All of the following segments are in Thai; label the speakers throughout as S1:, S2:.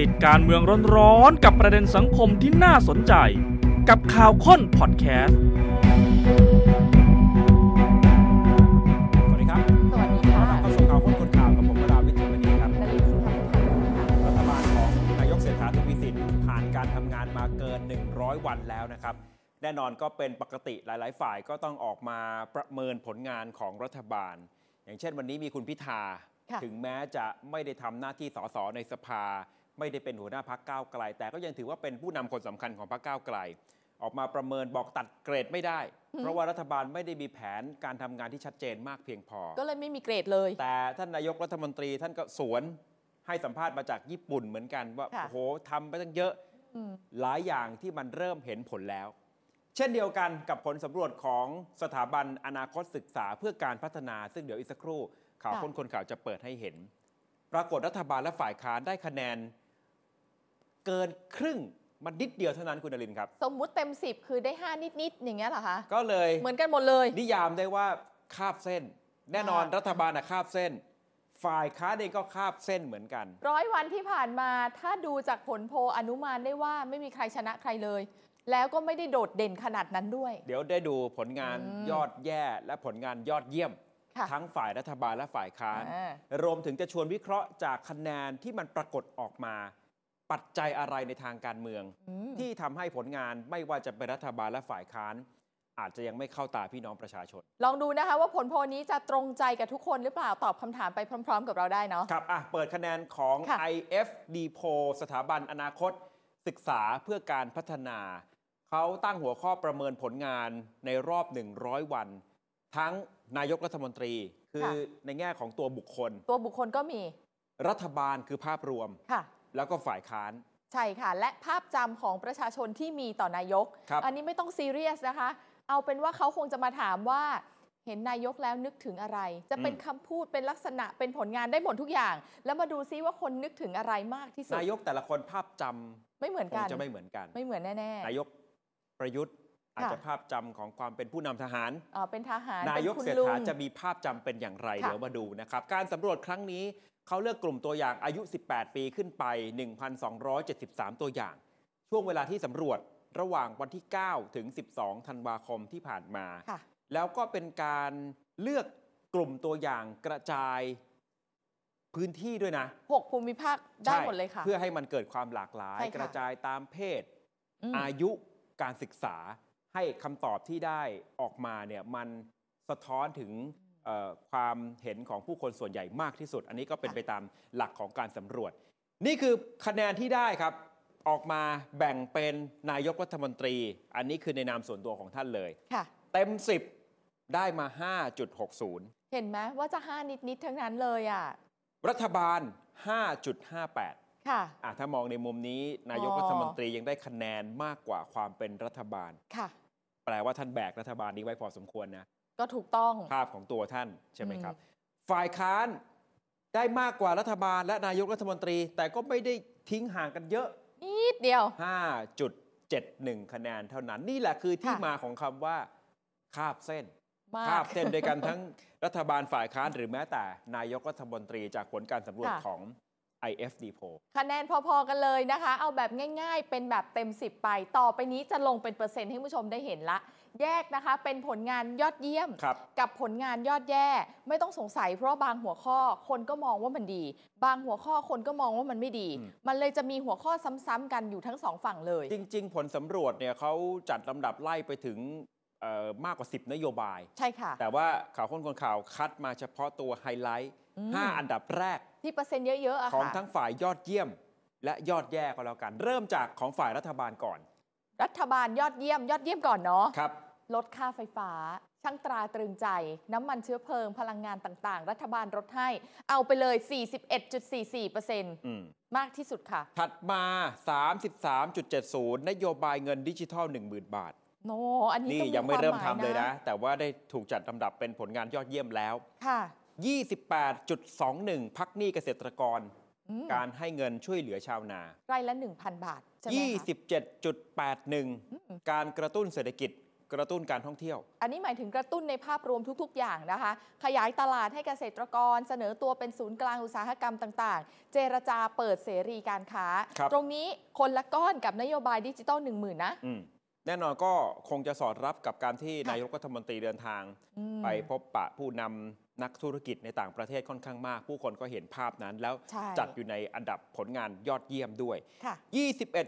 S1: ติดการเมืองร้อนๆกับประเด็นสังคมที่น่าสนใจ กับข่าวค้นพอดแคสต์
S2: สวัสดีครับ
S3: สวัสดี
S2: ขอต้อน
S3: ค่ะ
S2: รับเข้าสู่ข่าวค้นคนข่าวกับผมวราวิทย์จุลมณีครับ
S3: และลินสุภาพรค่ะ
S2: รัฐบาลของนายกเศรษฐาทวีสินผ่านการทำงานมาเกิน 100 วันแล้วนะครับ แน่นอนก็เป็นปกติหลาย ๆ ฝ่ายก็ต้องออกมาประเมินผลงานของรัฐบาล อย่างเช่นวันนี้มีคุณพิธา
S3: ค่ะ
S2: ถึงแม้จะไม่ได้ทำหน้าที่สสในสภา ไม่ได้เป็นหัวหน้าพักก้าวไกล แต่ก็ยังถือว่าเป็นผู้นำคนสำคัญของพักก้าวไกล ออกมาประเมินบอกตัดเกรดไม่ได้
S3: อืม
S2: เพราะว่ารัฐบาลไม่ได้มีแผนการทำงานที่ชัดเจนมากเพียงพอ
S3: ก็เลยไม่มีเกรดเลย
S2: แต่ท่านนายกรัฐมนตรีท่านก็สวนให้สัมภาษณ์มาจากญี่ปุ่นเหมือนกันว่า
S3: ค่ะ
S2: โอ้โหทำไปตั้งเยอะ
S3: อืม
S2: หลายอย่างที่มันเริ่มเห็นผลแล้ว เช่นเดียวกันกับผลสำรวจของสถาบันอนาคตศึกษาเพื่อการพัฒนา ซึ่งเดี๋ยวอีกสักครู่ ข่าวคนคนข่าวจะเปิดให้เห็น ปรากฏรัฐบาลและฝ่ายค้านได้คะแนน เกินครึ่งมันนิดเดียวเท่านั้นคุณนรินทร์ครับ
S3: สมมุติเต็ม 10 คือได้ 5 นิด ๆ อย่างเงี้ยเหรอคะ
S2: ก็เลย
S3: เหมือนกันหมดเลย
S2: นิยามได้ว่าคาบเส้น แน่นอน
S3: ค่ะ
S2: รัฐบาลนะคาบเส้น ฝ่ายค้านเองก็คาบเส้นเหมือนกัน
S3: ร้อยวันที่ผ่านมาถ้าดูจากผลโพลอนุมานได้ว่าไม่มีใครชนะใครเลย แล้วก็ไม่ได้โดดเด่นขนาดนั้นด้วย
S2: เดี๋ยวได้ดูผลงาน
S3: อืม
S2: ยอดแย่ และผลงานยอดเยี่ยม
S3: ค่ะ
S2: ทั้งฝ่ายรัฐบาลและฝ่ายค้าน
S3: อ่าร
S2: วมถึงจะชวนวิเคราะห์จากคะแนนที่มันปรากฏออกมา ปัจจัยอะไรในทางการเมือง
S3: อืม
S2: ที่ทำให้ผลงานไม่ว่าจะเป็นรัฐบาลและฝ่ายค้าน อาจจะยังไม่เข้าตาพี่น้องประชาชน
S3: ลองดูนะคะว่าผลโพลนี้จะตรงใจกับทุกคนหรือเปล่าตอบคำถามไปพร้อม ๆ กับเราได้เนาะ
S2: ครับ อ่ะ เปิดคะแนนของ
S3: ค่ะ
S2: IFD p o สถาบันอนาคต ศึกษาเพื่อการพัฒนา เขาตั้งหัวข้อประเมินผลงานในรอบ 100 วัน ทั้งนายกรัฐมนตรี คือ
S3: ค่ะ
S2: ในแง่ของตัวบุคคล
S3: ตัวบุคคลก็มี
S2: รัฐบาลคือภาพรวม
S3: ค่ะ
S2: แล้วก็ฝ่ายค้าน
S3: ใช่ค่ะ และภาพจำของประชาชนที่มีต่อนายก
S2: ครับ
S3: อันนี้ไม่ต้องซีเรียสนะคะ เอาเป็นว่าเขาคงจะมาถามว่า เห็นนายกแล้วนึกถึงอะไร จะเป็นคำพูดเป็นลักษณะเป็นผลงานได้หมดทุกอย่าง แล้วมาดูซิว่าคนนึกถึงอะไรมากที่สุด
S2: นายกแต่ละคนภาพจ
S3: ไม่เหมือน
S2: ำค
S3: กั
S2: ง
S3: น
S2: จะไม่เหมือนกัน
S3: ไม่เหมือนแน่
S2: นายกประยุทธ์อาจจะภาพจำของความเป็นผู้นำทหาร
S3: ๆเอ่อเป็นทหาร
S2: นายก
S3: ป็
S2: เศรษ
S3: คุณลุง
S2: ฐาจะมีภาพจำเป็นอย่างไร
S3: ค่ะ
S2: เดี๋ยวมาดูนะครับ การสำรวจครั้งนี้เขาเลือกกลุ่มตัวอย่างอายุ 18 ปีขึ้นไป 1,273 ตัวอย่าง ช่วงเวลาที่สำรวจระหว่างวันที่ 9 ถึง 12 ธันวาคมที่ผ่านมา
S3: ค่ะ
S2: แล้วก็เป็นการเลือกกลุ่มตัวอย่างกระจายพื้นที่ด้วยนะ
S3: หกภูมิภาคได้
S2: ใช่
S3: หมดเลยค่ะ
S2: เพื่อให้มันเกิดความหลากหลาย
S3: ใช่ค่ะ
S2: กระจายตามเพศ
S3: ม
S2: อายุการศึกษาให้คำตอบที่ได้ออกมาเนี่ยมันสะท้อนถึงเอ่อความเห็นของผู้คนส่วนใหญ่มากที่สุด อันนี้ก็เป็นไปตามหลักของการสำรวจ นี่คือคะแนนที่ได้ครับ ออกมาแบ่งเป็นนายกรัฐมนตรี อันนี้คือในนามส่วนตัวของท่านเลย
S3: ค่ะ
S2: เต็ม 10 ได้มา 5.60
S3: เห็นไหมว่าจะห้านิดๆทั้งนั้นเลยอ่ะ
S2: รัฐบาล 5.58
S3: ค่ะ
S2: อ่ะถ้ามองในมุมนี้นายก
S3: อ๋อ
S2: รัฐมนตรียังได้คะแนนมากกว่าความเป็นรัฐบาล
S3: ค่ะ
S2: แปลว่าท่านแบกรัฐบาลนี้ไว้พอสมควรนะ
S3: ก็ถูกต้อง
S2: ภาพของตัวท่านใช่ไหมครับ
S3: อื
S2: ฝ่ายค้านได้มากกว่ารัฐบาลและนายกรัฐมนตรี แต่ก็ไม่ได้ทิ้งห่างกันเยอะ
S3: นิดเดียว
S2: 5.71 คะแนนเท่านั้น นี่แหละคือที่
S3: ค่ะ
S2: มาของคำว่า คาบเส้น
S3: มาก
S2: คาบเส้นด้วยกันทั้งรัฐบาลฝ่ายค้านหรือแม้แต่นายกรัฐมนตรีจากผลการสำรวจ
S3: ค่ะ
S2: ของ IFD poll
S3: คะแนนพอๆกันเลยนะคะ เอาแบบง่ายๆ เป็นแบบเต็ม 10 ไป ต่อไปนี้จะลงเป็นเปอร์เซ็นต์ให้ผู้ชมได้เห็นละ แยกนะคะ เป็นผลงานยอดเยี่ยม
S2: ครับ
S3: กับผลงานยอดแย่ ไม่ต้องสงสัยเพราะว่าบางหัวข้อคนก็มองว่ามันดี บางหัวข้อคนก็มองว่ามันไม่ดี
S2: อืม
S3: มันเลยจะมีหัวข้อซ้ำๆกันอยู่ทั้งสองฝั่งเลย
S2: จริง ๆ ผลสำรวจเนี่ยเขาจัดลำดับไล่ไปถึงเอ่อมากกว่า 10 นโยบาย
S3: ใช่ค่ะ
S2: แต่ว่าข่าวค้นคนข่าวคัดมาเฉพาะตัวไฮไลท์
S3: อืม
S2: 5 อันดับแรก
S3: ที่เปอร์เซ็นต์เยอะๆอะ
S2: ของ
S3: ค่ะ
S2: ทั้งฝ่ายยอดเยี่ยม และยอดแย่ก็แล้วกัน เริ่มจากของฝ่ายรัฐบาลก่อน
S3: รัฐบาลยอดเยี่ยม ยอดเยี่ยมก่อนเนาะ
S2: ครับ
S3: ลดค่าไฟฟ้า ช่างตราตรึงใจ น้ำมันเชื้อเพลิง พลังงานต่างๆ รัฐบาลลดให้ เอาไปเลย 41.44%
S2: อืม
S3: มากที่สุดค่ะ
S2: ถัดมา 33.70 นโยบายเงินดิจิทัล 10,000 บาท
S3: โน อันนี้
S2: นี่
S3: ก็
S2: ยังไม่เริ่ม
S3: ควา
S2: ทำเลยนะ
S3: หา
S2: แต่ว่าได้ถูกจัดลำดับเป็นผลงานยอดเยี่ยมแล้ว
S3: ค่ะ
S2: 28.21 พักหนี้เกษตรกร
S3: อืม
S2: การให้เงินช่วยเหลือชาวนา
S3: ไร่ละ 1,000 บาท ใช่ไหมคะ
S2: 27.81 การกระตุ้นเศรษฐกิจ กระตุ้นการท่องเที่ยว
S3: อันนี้หมายถึงกระตุ้นในภาพรวมทุก ๆ อย่างนะคะ ขยายตลาดให้เกษตรกร เสนอตัวเป็นศูนย์กลางอุตสาหกรรมต่างๆ เจรจาเปิดเสรีการค้า
S2: ครับ
S3: ตรงนี้คนละก้อนกับนโยบายดิจิตอล1 0,000 นะ
S2: อืมแน่นอนก็คงจะสอดรับกับการที่
S3: ค่ะ
S2: นายกรัฐมนตรีเดินทาง
S3: อืม
S2: ไปพบปะผู้นำนักธุรกิจในต่างประเทศค่อนข้างมาก ผู้คนก็เห็นภาพนั้น แล้ว
S3: ใช่
S2: จัดอยู่ในอันดับผลงานยอดเยี่ยมด้วย
S3: ค่ะ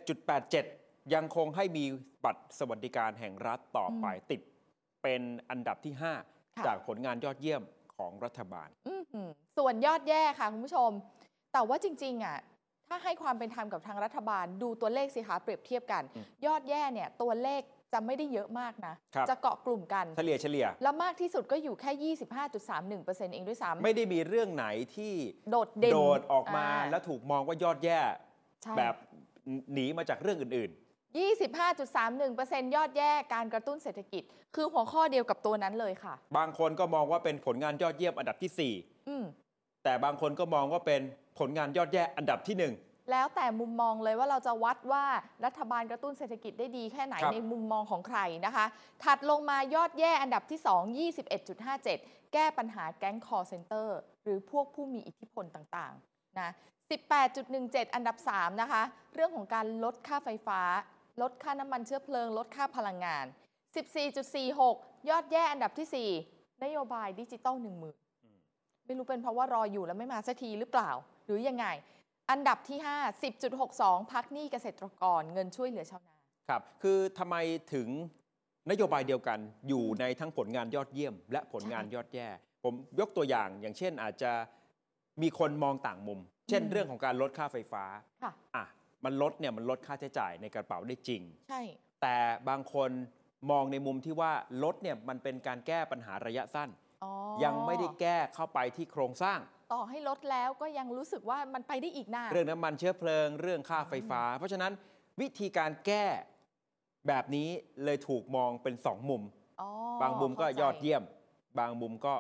S2: 21.87 ยังคงให้มีบัตรสวัสดิการแห่งรัฐต่อไป
S3: อืม
S2: ติดเป็นอันดับที่
S3: ค่ะ
S2: 5 จากผลงานยอดเยี่ยมของรัฐบาล
S3: อื้อหือส่วนยอดแย่ค่ะ คุณผู้ชม แต่ว่าจริง ๆ อ่ะ ถ้าให้ความเป็นธรรมกับทางรัฐบาลดูตัวเลขสิคะเปรียบเทียบกัน
S2: อืม
S3: ยอดแย่เนี่ยตัวเลขจะไม่ได้เยอะมากนะ
S2: ครับ
S3: จะเกาะกลุ่มกัน
S2: เฉลี่ยเฉลี่ย
S3: แล้วมากที่สุดก็อยู่แค่ 25.31%เองด้วยซ้ำ
S2: ไม่ได้มีเรื่องไหนที่
S3: โดดเด่น
S2: โดดออกมา
S3: อ่
S2: แล้วถูกมองว่ายอดแย่
S3: ใช่
S2: แบบหนีมาจากเรื่องอื่น
S3: 25.31%ยอดแย่การกระตุ้นเศรษฐกิจ คือหัวข้อเดียวกับตัวนั้นเลยค่ะ
S2: ๆ บางคนก็มองว่าเป็นผลงานยอดเยี่ยมอันดับที่สี่
S3: อืม
S2: แต่บางคนก็มองว่าเป็นผลงานยอดแย่อันดับที่หนึ่ง
S3: แล้วแต่มุมมองเลยว่าเราจะวัดว่ารัฐบาลกระตุ้นเศรษฐกิจได้ดีแค่ไหน
S2: ครับ
S3: ในมุมมองของใครนะคะ ถัดลงมายอดแย่อันดับที่ 2 21.57 แก้ปัญหาแก๊งคอร์เซนเตอร์ หรือพวกผู้มีอิทธิพลต่างๆนะ18.17 อันดับ 3 นะคะ เรื่องของการลดค่าไฟฟ้า ลดค่าน้ำมันเชื้อเพลิง ลดค่าพลังงาน 14.46 ยอดแย่อันดับที่ 4 นโยบายดิจิตอล1 0,000 ไม่รู้เป็นเพราะว่ารออยู่แล้วไม่มาสักทีหรือเปล่า หรือยังไง อันดับที่ 5 10.62 พักหนี้เกษตรกรเงินช่วยเหลือชาวนา
S2: ครับ คือทำไมถึงนโยบายเดียวกันอยู่ในทั้งผลงานยอดเยี่ยม และผลงาน
S3: ใช่
S2: ยอดแย่ ผมยกตัวอย่างอย่างเช่นอาจจะมีคนมองต่างมุม เช่น
S3: อืม
S2: เรื่องของการลดค่าไฟฟ้า
S3: ค่ะ
S2: อ่ะมันลดเนี่ยมันลดค่าใช้จ่ายในกระเป๋าได้จริง
S3: ใช่
S2: แต่บางคนมองในมุมที่ว่าลดเนี่ยมันเป็นการแก้ปัญหาระยะสั้น
S3: อ๋อ
S2: ยังไม่ได้แก้เข้าไปที่โครงสร้าง
S3: ต่อให้ลดแล้วก็ยังรู้สึกว่ามันไปได้อีกนาน
S2: เรื่องน้ำมันเชื้อเพลิง เรื่องค่าไฟฟ้า เพราะฉะนั้นวิธีการแก้แบบนี้เลยถูกมองเป็นสองมุม
S3: อ๋อบ
S2: างมุมก็
S3: ข้าใจ
S2: ยอดเยี่ยม บางมุมก็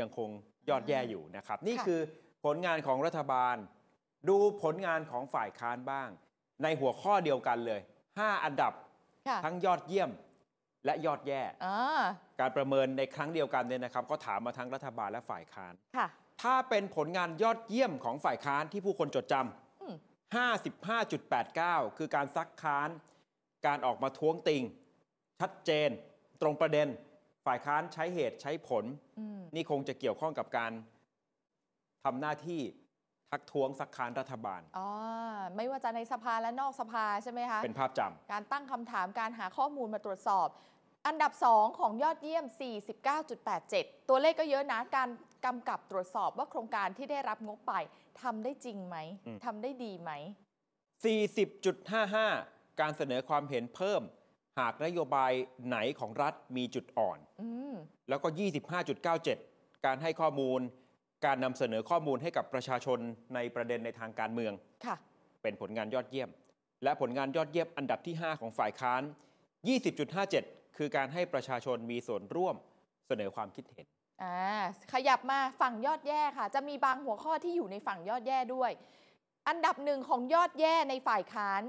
S2: ยังคงยอดแย่อยู่นะครับ นี่
S3: ค่ะ
S2: คือผลงานของรัฐบาล ดูผลงานของฝ่ายค้านบ้าง ในหัวข้อเดียวกันเลย 5 อันดับ
S3: ค่ะ
S2: ทั้งยอดเยี่ยมและยอดแย่
S3: อ่า
S2: การประเมินในครั้งเดียวกันเนี่ยนะครับ ก็ถามมาทั้งรัฐบาลและฝ่ายค้าน
S3: ค่ะ
S2: ถ้าเป็นผลงานยอดเยี่ยมของฝ่ายค้านที่ผู้คนจดจ
S3: อืม
S2: ำ 55.89 คือการซักค้าน การออกมาท้วงติง ชัดเจน ตรงประเด็น ฝ่ายค้านใช้เหตุใช้ผล
S3: อืม
S2: นี่คงจะเกี่ยวข้องกับการทำหน้าที่ทักท้วงซักค้านรัฐบาล
S3: อ๋อไม่ว่าจะในสภาและนอกสภาใช่ไหมคะ
S2: เป็นภาพจ
S3: การตั้งคำถามการหาข้อมูลมาตรวจสอบ อันดับ 2 ของยอดเยี่ยม 49.87 ตัวเลขก็เยอะนะ การกำกับตรวจสอบว่าโครงการที่ได้รับงบไปทำได้จริงไหมทำได้ดีไหม
S2: ำ 40.55 การเสนอความเห็นเพิ่ม หากนโยบายไหนของรัฐมีจุดอ่อน
S3: อืม
S2: แล้วก็ 25.97 การให้ข้อมูล การนำเสนอข้อมูลให้กับประชาชนในประเด็นในทางการเมือง
S3: ค่ะ
S2: เป็นผลงานยอดเยี่ยม และผลงานยอดเยี่ยมอันดับที่ 5 ของฝ่ายค้าน 20.57 คือการให้ประชาชนมีส่วนร่วมเสนอความคิดเห็น
S3: อ่า ขยับมาฝั่งยอดแย่ค่ะ จะมีบางหัวข้อที่อยู่ในฝั่งยอดแย่ด้วย อันดับหนึ่งของยอดแย่ในฝ่ายค้าน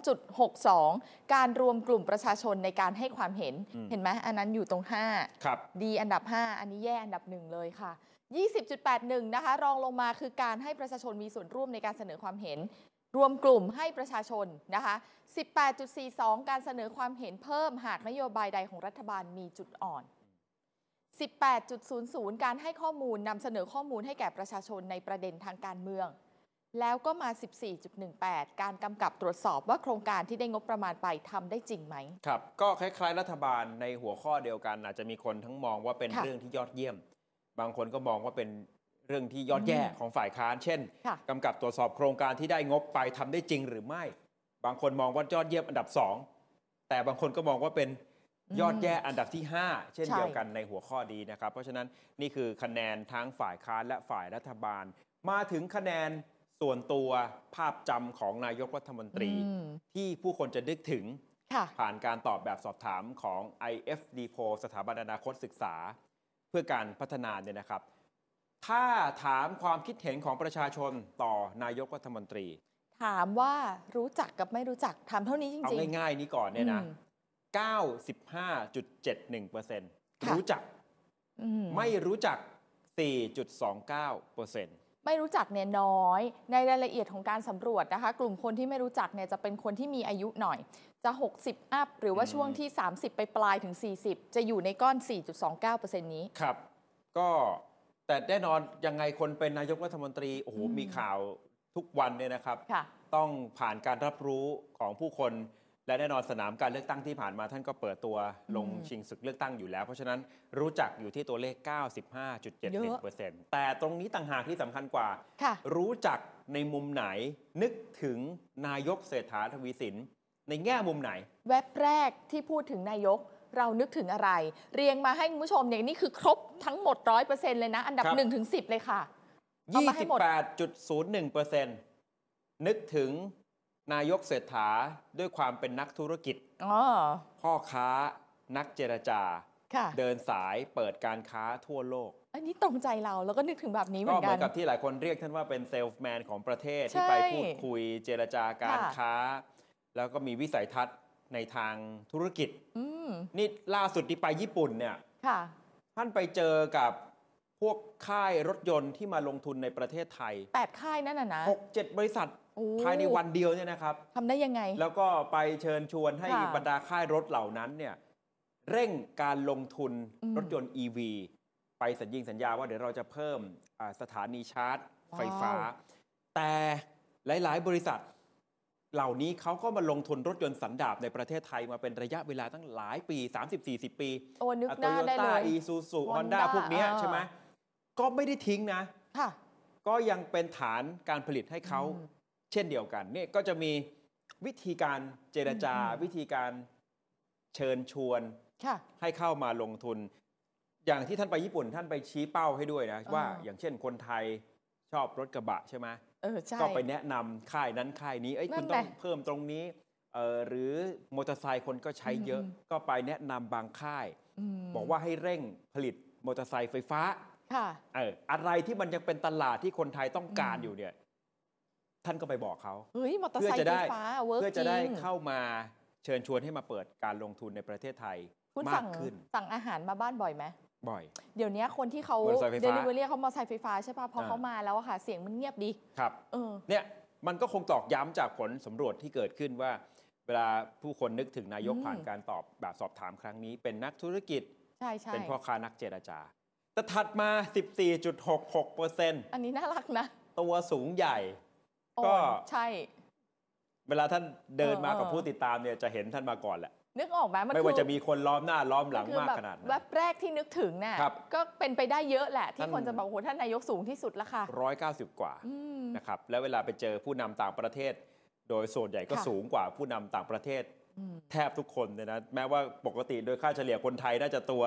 S3: 32.62 การรวมกลุ่มประชาชนในการให้ความเห็น
S2: อืม
S3: เห็นไหมอันนั้นอยู่ตรง 5
S2: ครับ
S3: ดีอันดับ 5 อันนี้แย่อันดับหนึ่งเลยค่ะ 20.81 นะคะ รองลงมาคือการให้ประชาชนมีส่วนร่วมในการเสนอความเห็น รวมกลุ่มให้ประชาชนนะคะ 18.42 การเสนอความเห็นเพิ่มหากนโยบายใดของรัฐบาลมีจุดอ่อน 18.00 การให้ข้อมูลนำเสนอข้อมูลให้แก่ประชาชนในประเด็นทางการเมือง แล้วก็มา 14.18 การกำกับตรวจสอบว่าโครงการที่ได้งบประมาณไปทำได้จริงไหม
S2: ครับ ก็คล้ายๆ รัฐบาลในหัวข้อเดียวกัน อาจจะมีคนทั้งมองว่าเป็น
S3: ค่ะ
S2: เรื่องที่ยอดเยี่ยม บางคนก็มองว่าเป็นเรื่องที่ยอดแย่
S3: อืม
S2: ของฝ่ายค้าน เช่น
S3: ค่ะ
S2: กำกับตรวจสอบโครงการที่ได้งบไปทำได้จริงหรือไม่ บางคนมองว่ายอดเยี่ยมอันดับสองแต่บางคนก็มองว่าเป็นยอดแย่อันดับที่ 5 เช่นเดียวกันในหัวข้อดีนะครับ เพราะฉะนั้นนี่คือคะแนนทั้งฝ่ายค้านและฝ่ายรัฐบาล มาถึงคะแนนส่วนตัวภาพจำของนายกรัฐมนตรี
S3: อืม
S2: ที่ผู้คนจะนึกถึง
S3: ค่ะ
S2: ผ่านการตอบแบบสอบถามของ IFD p o สถาบันอนาคตศึกษา เพื่อการพัฒนาเนี่ยนะครับ ถ้าถามความคิดเห็นของประชาชนต่อนายกรัฐมนตรี
S3: ถามว่ารู้จักกับไม่รู้จักถามเท่านี้จ
S2: เอา
S3: ริง
S2: ง่ายๆนี้ก่อนเนี่ยนะ 95.71%รู้จัก
S3: อืม
S2: ไม่รู้จัก 4.29%
S3: ไม่รู้จักเนี่ยน้อย ในรายละเอียดของการสำรวจนะคะ กลุ่มคนที่ไม่รู้จักเนี่ยจะเป็นคนที่มีอายุหน่อย จะ 60 อัพ หรือว่า
S2: อืม
S3: ช่วงที่ 30 ไปปลายถึง 40 จะอยู่ในก้อน 4.29%นี้
S2: ครับ ก็แต่แน่นอนยังไงคนเป็นนายกรัฐมนตรีโอ้โห
S3: อืม
S2: มีข่าวทุกวันเนี่ยนะครับ
S3: ค่ะ
S2: ต้องผ่านการรับรู้ของผู้คน และแน่นอนสนามการเลือกตั้งที่ผ่านมาท่านก็เปิดตัวลง
S3: อืม
S2: ชิงศึกเลือกตั้งอยู่แล้ว เพราะฉะนั้นรู้จักอยู่ที่ตัวเลข
S3: เยอะ
S2: 95.71%แต่ตรงนี้ต่างหากที่สำคัญกว่า
S3: ค่ะ
S2: รู้จักในมุมไหนนึกถึงนายกเศรษฐาทวีสิน ในแง่มุมไหน
S3: แว็บแรกที่พูดถึงนายกเรานึกถึงอะไร เรียงมาให้คุณผู้ชมเนี่ยนี่คือครบทั้งหมด 100%เลยนะ อันดับ
S2: ครับ
S3: 1-10ถึง10 เลยค่ะ เอามาให้หมด
S2: 28.01%นึกถึงนายกเศรษฐาด้วยความเป็นนักธุรกิจ
S3: อ๋อ
S2: พ่อค้านักเจรจา
S3: ค่ะ
S2: เดินสายเปิดการค้าทั่วโลก
S3: อันนี้ตรงใจเราแล้วก็นึกถึงแบบนี้เหมื
S2: ก็
S3: อน
S2: เห
S3: กั
S2: มือน นกับที่หลายคนเรียกท่านว่าเป็นเซลส์แมนของประเทศ
S3: ใช่
S2: ที่ไปพูดคุยเจรจาการ
S3: ค่ะ
S2: ค้า แล้วก็มีวิสัยทัศน์ในทางธุรกิจ
S3: อืม
S2: นี่ล่าสุดที่ไปญี่ปุ่นเนี่ย
S3: ค่ะ
S2: ท่านไปเจอกับพวกค่ายรถยนต์ที่มาลงทุนในประเทศไทย
S3: 8 ค่ายนั่นน่ะนะ
S2: 6 7 บริษัท
S3: โอ้
S2: ภายในวันเดียวเนี่ยนะครับ
S3: ทำได้ยังไง
S2: แล้วก็ไปเชิญชวนให้
S3: ค่ะ
S2: บรรดาค่ายรถเหล่านั้นเนี่ยเร่งการลงทุน
S3: อืม
S2: รถยนต์ EV ไปสัญญิงสัญญาว่าเดี๋ยวเราจะเพิ่มอ่าสถานีชาร์จ ไฟฟ้า
S3: ว้าว
S2: แต่หลาย ๆ บริษัท เหล่านี้เขาก็มาลงทุนรถยนต์สันดาปในประเทศไทยมาเป็นระยะเวลาตั้งหลายปี 30-40 ปี
S3: โอ้นึก
S2: โต
S3: หน้า
S2: โย
S3: ได้เล
S2: ต้าย อีซูซูฮอน
S3: Honda
S2: ด้าพวกเนี้ย
S3: อ่า
S2: ใช่ไหมก็ไม่ได้ทิ้งนะ
S3: ค่ะ
S2: ก็ยังเป็นฐานการผลิตให้เขา
S3: อืม
S2: เช่นเดียวกันเนี่ยก็จะมีวิธีการเจรจา
S3: อืม
S2: วิธีการเชิญชวน
S3: ค่ะ
S2: ให้เข้ามาลงทุน อย่างที่ท่านไปญี่ปุ่นท่านไปชี้เป้าให้ด้วยนะ ว่า
S3: อ่า
S2: อย่างเช่นคนไทยชอบรถกระบะใช่ไหม
S3: เออใช่
S2: ก็ไปแนะนำค่ายนั้นค่ายนี้เอ้ย
S3: นั่
S2: คุ
S3: น
S2: ณต้อง
S3: แหละ
S2: เพิ่มตรงนี้เอ่อหรือมอเตอร์ไซค์คนก็ใช้เยอะ
S3: อืม
S2: ก็ไปแนะนำบางค่าย
S3: ม
S2: บอกว่าให้เร่งผลิตมอเตอร์ไซค์ไฟฟ้า
S3: ค่ะ
S2: เอออะไรที่มันยังเป็นตลาดที่คนไทยต้องการ
S3: อืม
S2: อยู่เนี่ย ท่านก็ไปบอกเขา
S3: เฮ้ยมอเตอร์
S2: เพื่
S3: ไซ
S2: อ
S3: ค์
S2: จะ
S3: ไฟ
S2: ได้
S3: ฟ้าเวิร์ก
S2: เพื่อ
S3: จ
S2: จะได้
S3: ริง
S2: เข้ามาเชิญชวนให้มาเปิดการลงทุนในประเทศไทย
S3: คุณ
S2: มา
S3: สั่
S2: ก
S3: ง
S2: ขึ้น
S3: สั่งอาหารมาบ้านบ่อยไหม
S2: บ่อย
S3: เดี๋ยวเนี้ยคนที่เขา
S2: มอเตอร์ไซค์ไฟฟ้า
S3: เดลิเวอรี่เขามอเตอร์ไซค์ไฟฟ้าใช่ป่ะ พอ
S2: เออ
S3: เขามาแล้วอะค่ะ เสียงมันเงียบดี
S2: ครับ
S3: เออ
S2: เนี่ยมันก็คงตอกย้ำจากผลสำรวจที่เกิดขึ้นว่า เวลาผู้คนนึกถึงนายก
S3: อืม
S2: ผ่านการตอบแบบสอบถามครั้งนี้ เป็นนักธุรกิจ
S3: ใช่ใช่
S2: เป็นพ่อค้านักเจรจา แต่ถัดมา 14.66%
S3: อันนี้น่ารักนะ
S2: ตัวสูงใหญ่
S3: โอ้
S2: ก็
S3: ใช่
S2: เวลาท่านเดินมา
S3: เออ
S2: กับ
S3: เออ
S2: ผู้ติดตามเนี่ยจะเห็นท่านมาก่อนแหละ
S3: นึกออกไหมมัน
S2: ไม่ว่า
S3: คือ
S2: จะมีคนล้อมหน้าล้อมหลัง
S3: คือ
S2: มาก
S3: แบบ
S2: ขนาด
S3: แว
S2: นั้น
S3: บแรกที่นึกถึงน่ะ
S2: ครับ
S3: ก็เป็นไปได้เยอะแหละ ที่
S2: ท่าน
S3: คนจะบอกโอ้โหท่านนายกสูงที่สุดละค่ะ
S2: ร้อยเก้าสิบกว่า
S3: อืม
S2: นะครับ แล้วเวลาไปเจอผู้นำต่างประเทศ โดยส่วนใหญ่ก็
S3: ค่ะ
S2: สูงกว่าผู้นำต่างประเทศ
S3: อืม
S2: แทบทุกคนเลยนะ แม้ว่าปกติโดยค่าเฉลี่ยคนไทยน่าจะตัว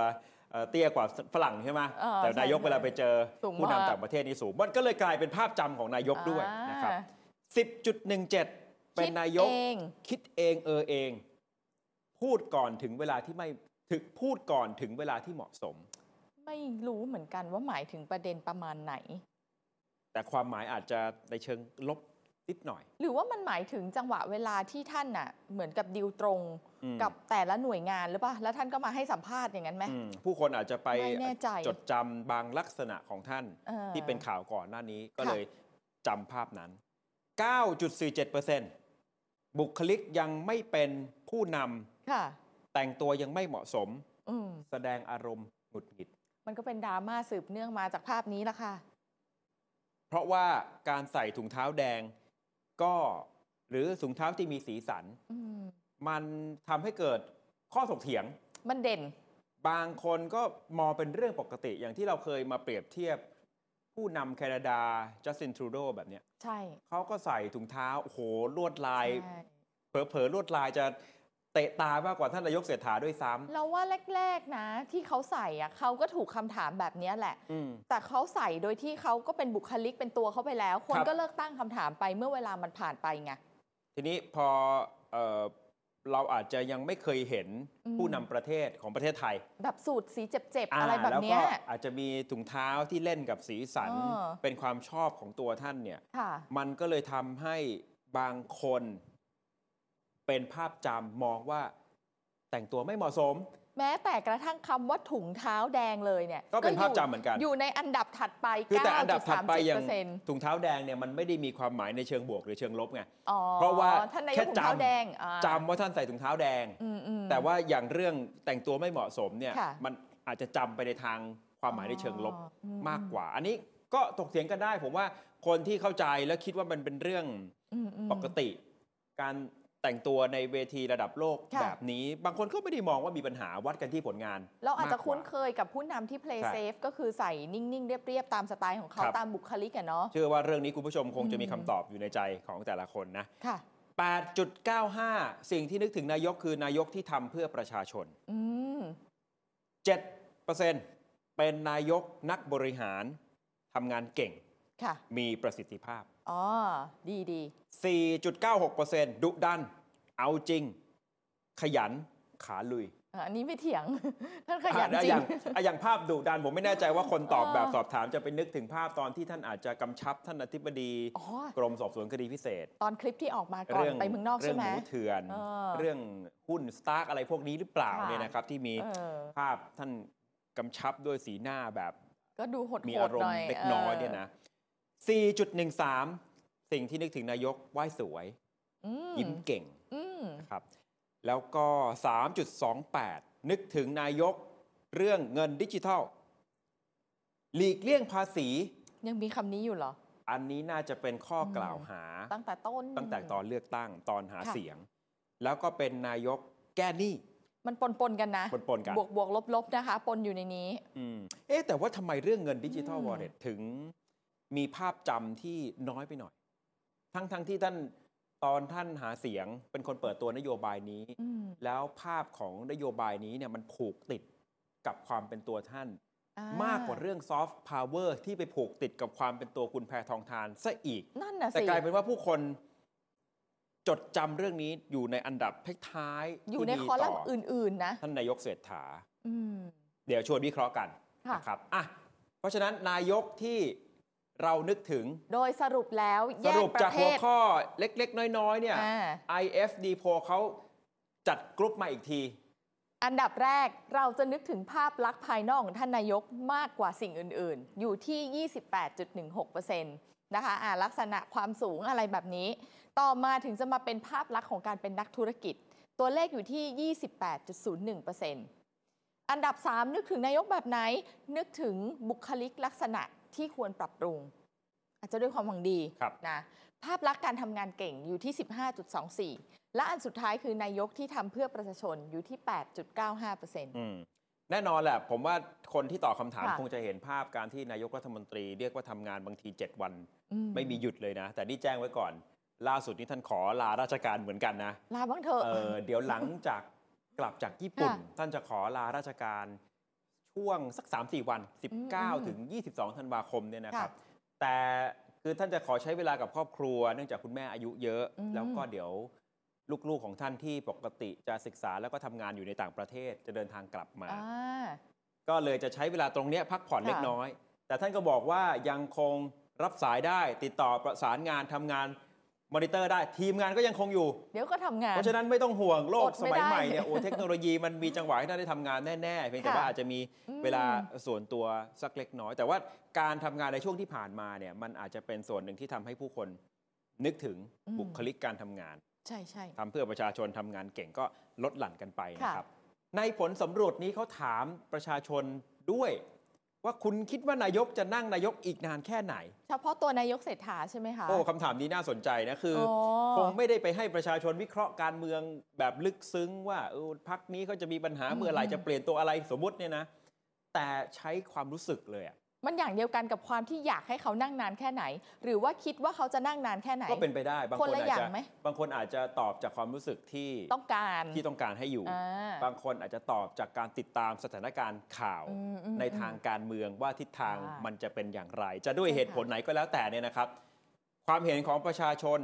S2: เอ่อเตี้ยกว่าฝรั่งใช่ไหม
S3: เออ
S2: แต่นายก
S3: ใช่
S2: เวลาไปเจอ
S3: สูงมาก
S2: ผู้นำต่างประเทศนี่สูง มันก็เลยกลายเป็นภาพจำของนายกด้วยนะครับ
S3: อ่า
S2: 10.17 เป็นนายก
S3: คิดเอง
S2: คิดเองเออเอง พูดก่อนถึงเวลาที่ไม่ถึงพูดก่อนถึงเวลาที่เหมาะสม
S3: ไม่รู้เหมือนกันว่าหมายถึงประเด็นประมาณไหน
S2: แต่ความหมายอาจจะในเชิงลบนิดหน่อย
S3: หรือว่ามันหมายถึงจังหวะเวลาที่ท่านน่ะ เหมือนกับดิวตรง
S2: อืม
S3: กับแต่ละหน่วยงานหรือเปล่าแล้วท่านก็มาให้สัมภาษณ์อย่างนั้นไหม
S2: อืมผู้คนอาจจะไป
S3: ไม่แน่ใจ
S2: จดจำบางลักษณะของท่าน
S3: ออ
S2: ที่เป็นข่าวก่อนหน้านี้ก็
S3: ค่ะ
S2: เลยจำภาพนั้น 9.47%บุคลิกยังไม่เป็นผู้น
S3: ค่ะ
S2: ำแต่งตัวยังไม่เหมาะสม
S3: อืม
S2: แสดงอารมณ์หงุดหงิด
S3: มันก็เป็นดราม่าสืบเนื่องมาจากภาพนี้ละค่ะ
S2: เพราะว่าการใส่ถุงเท้าแดงก็หรือถุงเท้าที่มีสีสัน
S3: อืม
S2: มันทำให้เกิดข้อถกเถียง
S3: มันเด่น
S2: บางคนก็มองเป็นเรื่องปกติอย่างที่เราเคยมาเปรียบเทียบ ผู้นำแคนาดาจัสตินทรูโดแบบเนี้ย
S3: ใช่
S2: เขาก็ใส่ถุงเท้า โอ้โห ลวดลา
S3: ใช่
S2: ย เผลอๆ ลวดลายจะเตะตามากกว่าท่านนายกเศรษฐาด้วยซ้
S3: เราว่าแรกๆนะ ที่เขาใส่อะเขาก็ถูกคำถามแบบเนี้ยแหละ
S2: ำอืม
S3: แต่เขาใส่โดยที่เขาก็เป็นบุคลิกเป็นตัวเขาไปแล้ว คน
S2: ครับ
S3: ก็เลิกตั้งคำถามไปเมื่อเวลามันผ่านไปไง
S2: ทีนี้พอเอ่อเราอาจจะยังไม่เคยเห็น
S3: อืม
S2: ผู้นำประเทศของประเทศไทย
S3: แบบสูตรสีเจ็บๆ
S2: า
S3: อะไรแบบ
S2: แล้ว
S3: เนี้
S2: ก็
S3: ย
S2: อาจจะมีถุงเท้าที่เล่นกับสีสัน
S3: เออ
S2: เป็นความชอบของตัวท่านเนี่ย
S3: ค่ะ
S2: มันก็เลยทำให้บางคนเป็นภาพจำมองว่า แต่งตัวไม่เหมาะสม
S3: แม้แต่กระทั่งคำว่าถุงเท้าแดงเลยเนี่ย
S2: ก็เป็น
S3: อยู่
S2: ภาพจำเหมือนกัน
S3: อยู่ในอันดับถัดไป
S2: คือแต่อันดับถัดไปอย่าง
S3: 9.37%
S2: ถุงเท้าแดงเนี่ยมันไม่ได้มีความหมายในเชิงบวกหรือเชิงลบไง
S3: อ๋อ
S2: เพราะว่า
S3: ท่านนาย
S2: แค่
S3: กถุงเท้า
S2: จำ
S3: แดงอ่า
S2: จำว่าท่านใส่ถุงเท้าแดง
S3: อืมอืม
S2: แต่ว่าอย่างเรื่องแต่งตัวไม่เหมาะสมเนี่ย
S3: ค่ะ
S2: มันอาจจะจำไปในทางความหมายในเชิงลบ
S3: อ๋ออื
S2: มากกว่า อันนี้ก็ถกเถียงกันได้ ผมว่าคนที่เข้าใจและคิดว่ามันเป็นเรื่อง
S3: อืมอืม
S2: ปกติ การแต่งตัวในเวทีระดับโลก
S3: ค่ะ
S2: แบบนี้ บางคนก็ไม่ได้มองว่ามีปัญหาวัดกันที่ผลงาน
S3: เราอาจจะ
S2: มกกว่
S3: คุ้นเคยกับผู้นำที่ play
S2: ใช่
S3: safe ก็คือใส่นิ่ง ๆ เรียบ ๆ ตามสไตล์ของเขา
S2: ครับ
S3: ตามบุคลิกอะเนาะ
S2: เชื่อว่าเรื่องนี้คุณผู้ชมคงจะมี
S3: อืม
S2: คำตอบอยู่ในใจของแต่ละคนนะ
S3: ค่ะ
S2: 8.95 สิ่งที่นึกถึงนายกคือนายกที่ทำเพื่อประชาชน
S3: อืม
S2: 7%เป็นนายกนักบริหารทำงานเก่ง
S3: ค่ะ
S2: มีประสิทธิภาพ
S3: อ๋อ ดีดี
S2: 4.96%ดุดัน เอาจริง ขยันขาลุย
S3: อ่ะอันนี้ไม่เถียง ท่านขยัน
S2: อ่ะ
S3: จริ
S2: อง ย่างอ่ะอย่างภาพดุดัน ผมไม่แน่ใจว่าคนตอบ
S3: เออ
S2: แบบสอบถามจะไปนึกถึงภาพตอนที่ท่านอาจจะกำชับท่านอธิบดี
S3: อ๋อ
S2: กรมสอบสวนคดีพิเศษ
S3: ตอนคลิปที่ออกมาก่อนไปเมืองนอก
S2: เรื่
S3: ใช่ไหม
S2: หมูเถื่อน
S3: เออ
S2: เรื่องหุ้นสตาร์กอะไรพวกนี้หรือเปล่า
S3: ค่ะ
S2: เนี่ยนะครับที่มี
S3: เออ
S2: ภาพท่านกำชับด้วยสีหน้าแบบ
S3: ก็ดูหดๆ
S2: มีอารม
S3: ห
S2: ณ์
S3: ย
S2: เล็กน้อยเนี่ยนะ 4.13 สิ่งที่นึกถึงนายกไหว้สวย
S3: เอออื
S2: ยิ้มเก่ง
S3: อืม
S2: นะครับแล้วก็ 3.28 นึกถึงนายกเรื่องเงินดิจิทัล หลีกเลี่ยงภาษี
S3: ยังมีคำนี้อยู่เหรอ
S2: อันนี้น่าจะเป็นข้อกล่าวหา
S3: ตั้งแต่ต้น
S2: ตั้งแต่ตอนเลือกตั้งตอนหา
S3: ค่ะ
S2: เสียง แล้วก็เป็นนายกแก้หนี้
S3: มันปนปนๆกันนะ
S2: ปนๆกัน
S3: บวกบวกลบลบๆนะคะ ปนอยู่ในนี้
S2: อืมเอ๊ะแต่ว่าทำไมเรื่องเงินดิจิทัล
S3: อืม
S2: วอลเล็ตถึงมีภาพจำที่น้อยไปหน่อย ทั้งๆทที่ท่านตอนท่านหาเสียงเป็นคนเปิดตัวนโยบายนี้
S3: อืม
S2: แล้วภาพของนโยบายนี้เนี่ยมันผูกติดกับความเป็นตัวท่าน
S3: อ่
S2: มากกว่าเรื่องซอฟต์พาวเวอร์ที่ไปผูกติดกับความเป็นตัวคุณแพทองทานซะอีก
S3: นั่นน่ะ
S2: แต่
S3: สิ
S2: กลายเป็นว่าผู้คนจดจำเรื่องนี้อยู่ในอันดับท้ายๆ
S3: อยู่ใน
S2: ที่ดี
S3: คอลัม
S2: ต่
S3: น์อื่น ๆ นะ
S2: ท่านนายกเศรษฐา
S3: อืม
S2: เดี๋ยวชวนวิเคราะห์กัน
S3: ค่ะ
S2: นะครับอ่ะเพราะฉะนั้นนายกที่เรานึกถึง
S3: โดยสรุปแล้ว
S2: ส
S3: แยก
S2: รุป
S3: ป
S2: จาก
S3: ระเท
S2: หัว
S3: ศ
S2: ข้อเล็กๆ น้อยๆเนี่ย
S3: อ่า
S2: IFD p o เขาจัดกรุ๊ปมาอีกที
S3: อันดับแรกเราจะนึกถึงภาพลักษณ์ภายนอกของท่านนายกมากกว่าสิ่งอื่น ๆ อยู่ที่ 28.16%นะคะอ่าลักษณะความสูงอะไรแบบนี้ ต่อมาถึงจะมาเป็นภาพลักษณ์ของการเป็นนักธุรกิจ ตัวเลขอยู่ที่ 28.01%อันดับ 3 นึกถึงนายกแบบไหน นึกถึงบุคลิกลักษณะที่ควรปรับปรุง อาจจะด้วยความหวังดี
S2: ครับ
S3: นะภาพลักษณ์การทำงานเก่งอยู่ที่ 15.24 และอันสุดท้ายคือนายกที่ทำเพื่อประชาชนอยู่ที่ 8.95%
S2: อืมแน่นอนแหละ ผมว่าคนที่ตอบคำถาม
S3: ค่ะ
S2: คงจะเห็นภาพการที่นายกรัฐมนตรีเรียกว่าทำงานบางที 7 วัน
S3: อื
S2: ไม่มีหยุดเลยนะ แต่นี่แจ้งไว้ก่อน ล่าสุดนี้ท่านขอลาราชการเหมือนกันนะ
S3: ลาบ้างเถอะ
S2: เออเดี๋ยวหลังจากกลับจากญี่ปุ่น
S3: ค่ะ
S2: ท่านจะขอลาราชการช่วงสัก 3 4 วัน
S3: อืม
S2: 19 ถึง 22 ธันวาคมเนี่ยนะครับ
S3: ค่ะ
S2: แต่คือท่านจะขอใช้เวลากับครอบครัว เนื่องจากคุณแม่อายุเยอะ
S3: อืม
S2: แล้วก็เดี๋ยวลูกๆของท่านที่ปกติจะศึกษาแล้วก็ทำงานอยู่ในต่างประเทศจะเดินทางกลับมา
S3: อ่า
S2: ก็เลยจะใช้เวลาตรงเนี้ยพักผ่อน
S3: ค่ะ
S2: เล็กน้อย แต่ท่านก็บอกว่ายังคงรับสายได้ติดต่อประสานงานทำงานมอนิเตอร์ได้ทีมงานก็ยังคงอยู่
S3: เดี๋ยวก็ทำงาน
S2: เพราะฉะนั้นไม่ต้องห่วงโลก
S3: อด
S2: ส
S3: ไม่
S2: มัย
S3: ได้
S2: ใหม่ เนี่ยโอ้เทคโนโลยีมันมีจังหวะให้ท่านได้ทำงานแน่ๆเพียงแต่
S3: ค่ะ
S2: ว่าอาจจะมี
S3: อืม
S2: เวลาส่วนตัวสักเล็กน้อย แต่ว่าการทำงานในช่วงที่ผ่านมาเนี่ยมันอาจจะเป็นส่วนหนึ่งที่ทำให้ผู้คนนึกถึงบุคลิกการทำงาน
S3: ใช่ใช่
S2: ทำเพื่อประชาชนทำงานเก่งก็ลดหลั่นกันไปนะ
S3: ค่ะ
S2: ครับ ในผลสำรวจนี้เขาถามประชาชนด้วย ว่าคุณคิดว่านายกจะนั่งนายกอีกนานแค่ไหน
S3: เฉพาะตัวนายกเศรษฐาใช่ไหมคะ
S2: โอ้คำถามนี้น่าสนใจนะคือ
S3: โอ้
S2: คงไม่ได้ไปให้ประชาชนวิเคราะห์การเมืองแบบลึกซึ้งว่าเออพักนี้เขาจะมีปัญหา
S3: อืม
S2: เมื่อไหร่จะเปลี่ยนตัวอะไรสมมติเนี่ยนะ แต่ใช้ความรู้สึกเลยอะ
S3: มันอย่างเดียวกันกับความที่อยากให้เขานั่งนานแค่ไหน หรือว่าคิดว่าเขาจะนั่งนานแค่ไหน
S2: ก็เป็นไปได้บาง
S3: ค
S2: คน น
S3: ละ
S2: อาจ
S3: อย่าง
S2: จะ
S3: ไหม
S2: บางคนอาจจะตอบจากความรู้สึกที่
S3: ต้องการ
S2: ที่ต้องการให้อยู่
S3: อ่า
S2: บางคนอาจจะตอบจากการติดตามสถานการณ์ข่าว
S3: อืมอืม
S2: ในทางการเมืองว่าทิศทาง
S3: อ่ามั
S2: มันจะเป็นอย่างไร จะด้วย
S3: ใช่ค่ะ
S2: เหตุผลไหนก็แล้วแต่เนี่ยนะครับ ความเห็นของประชาชน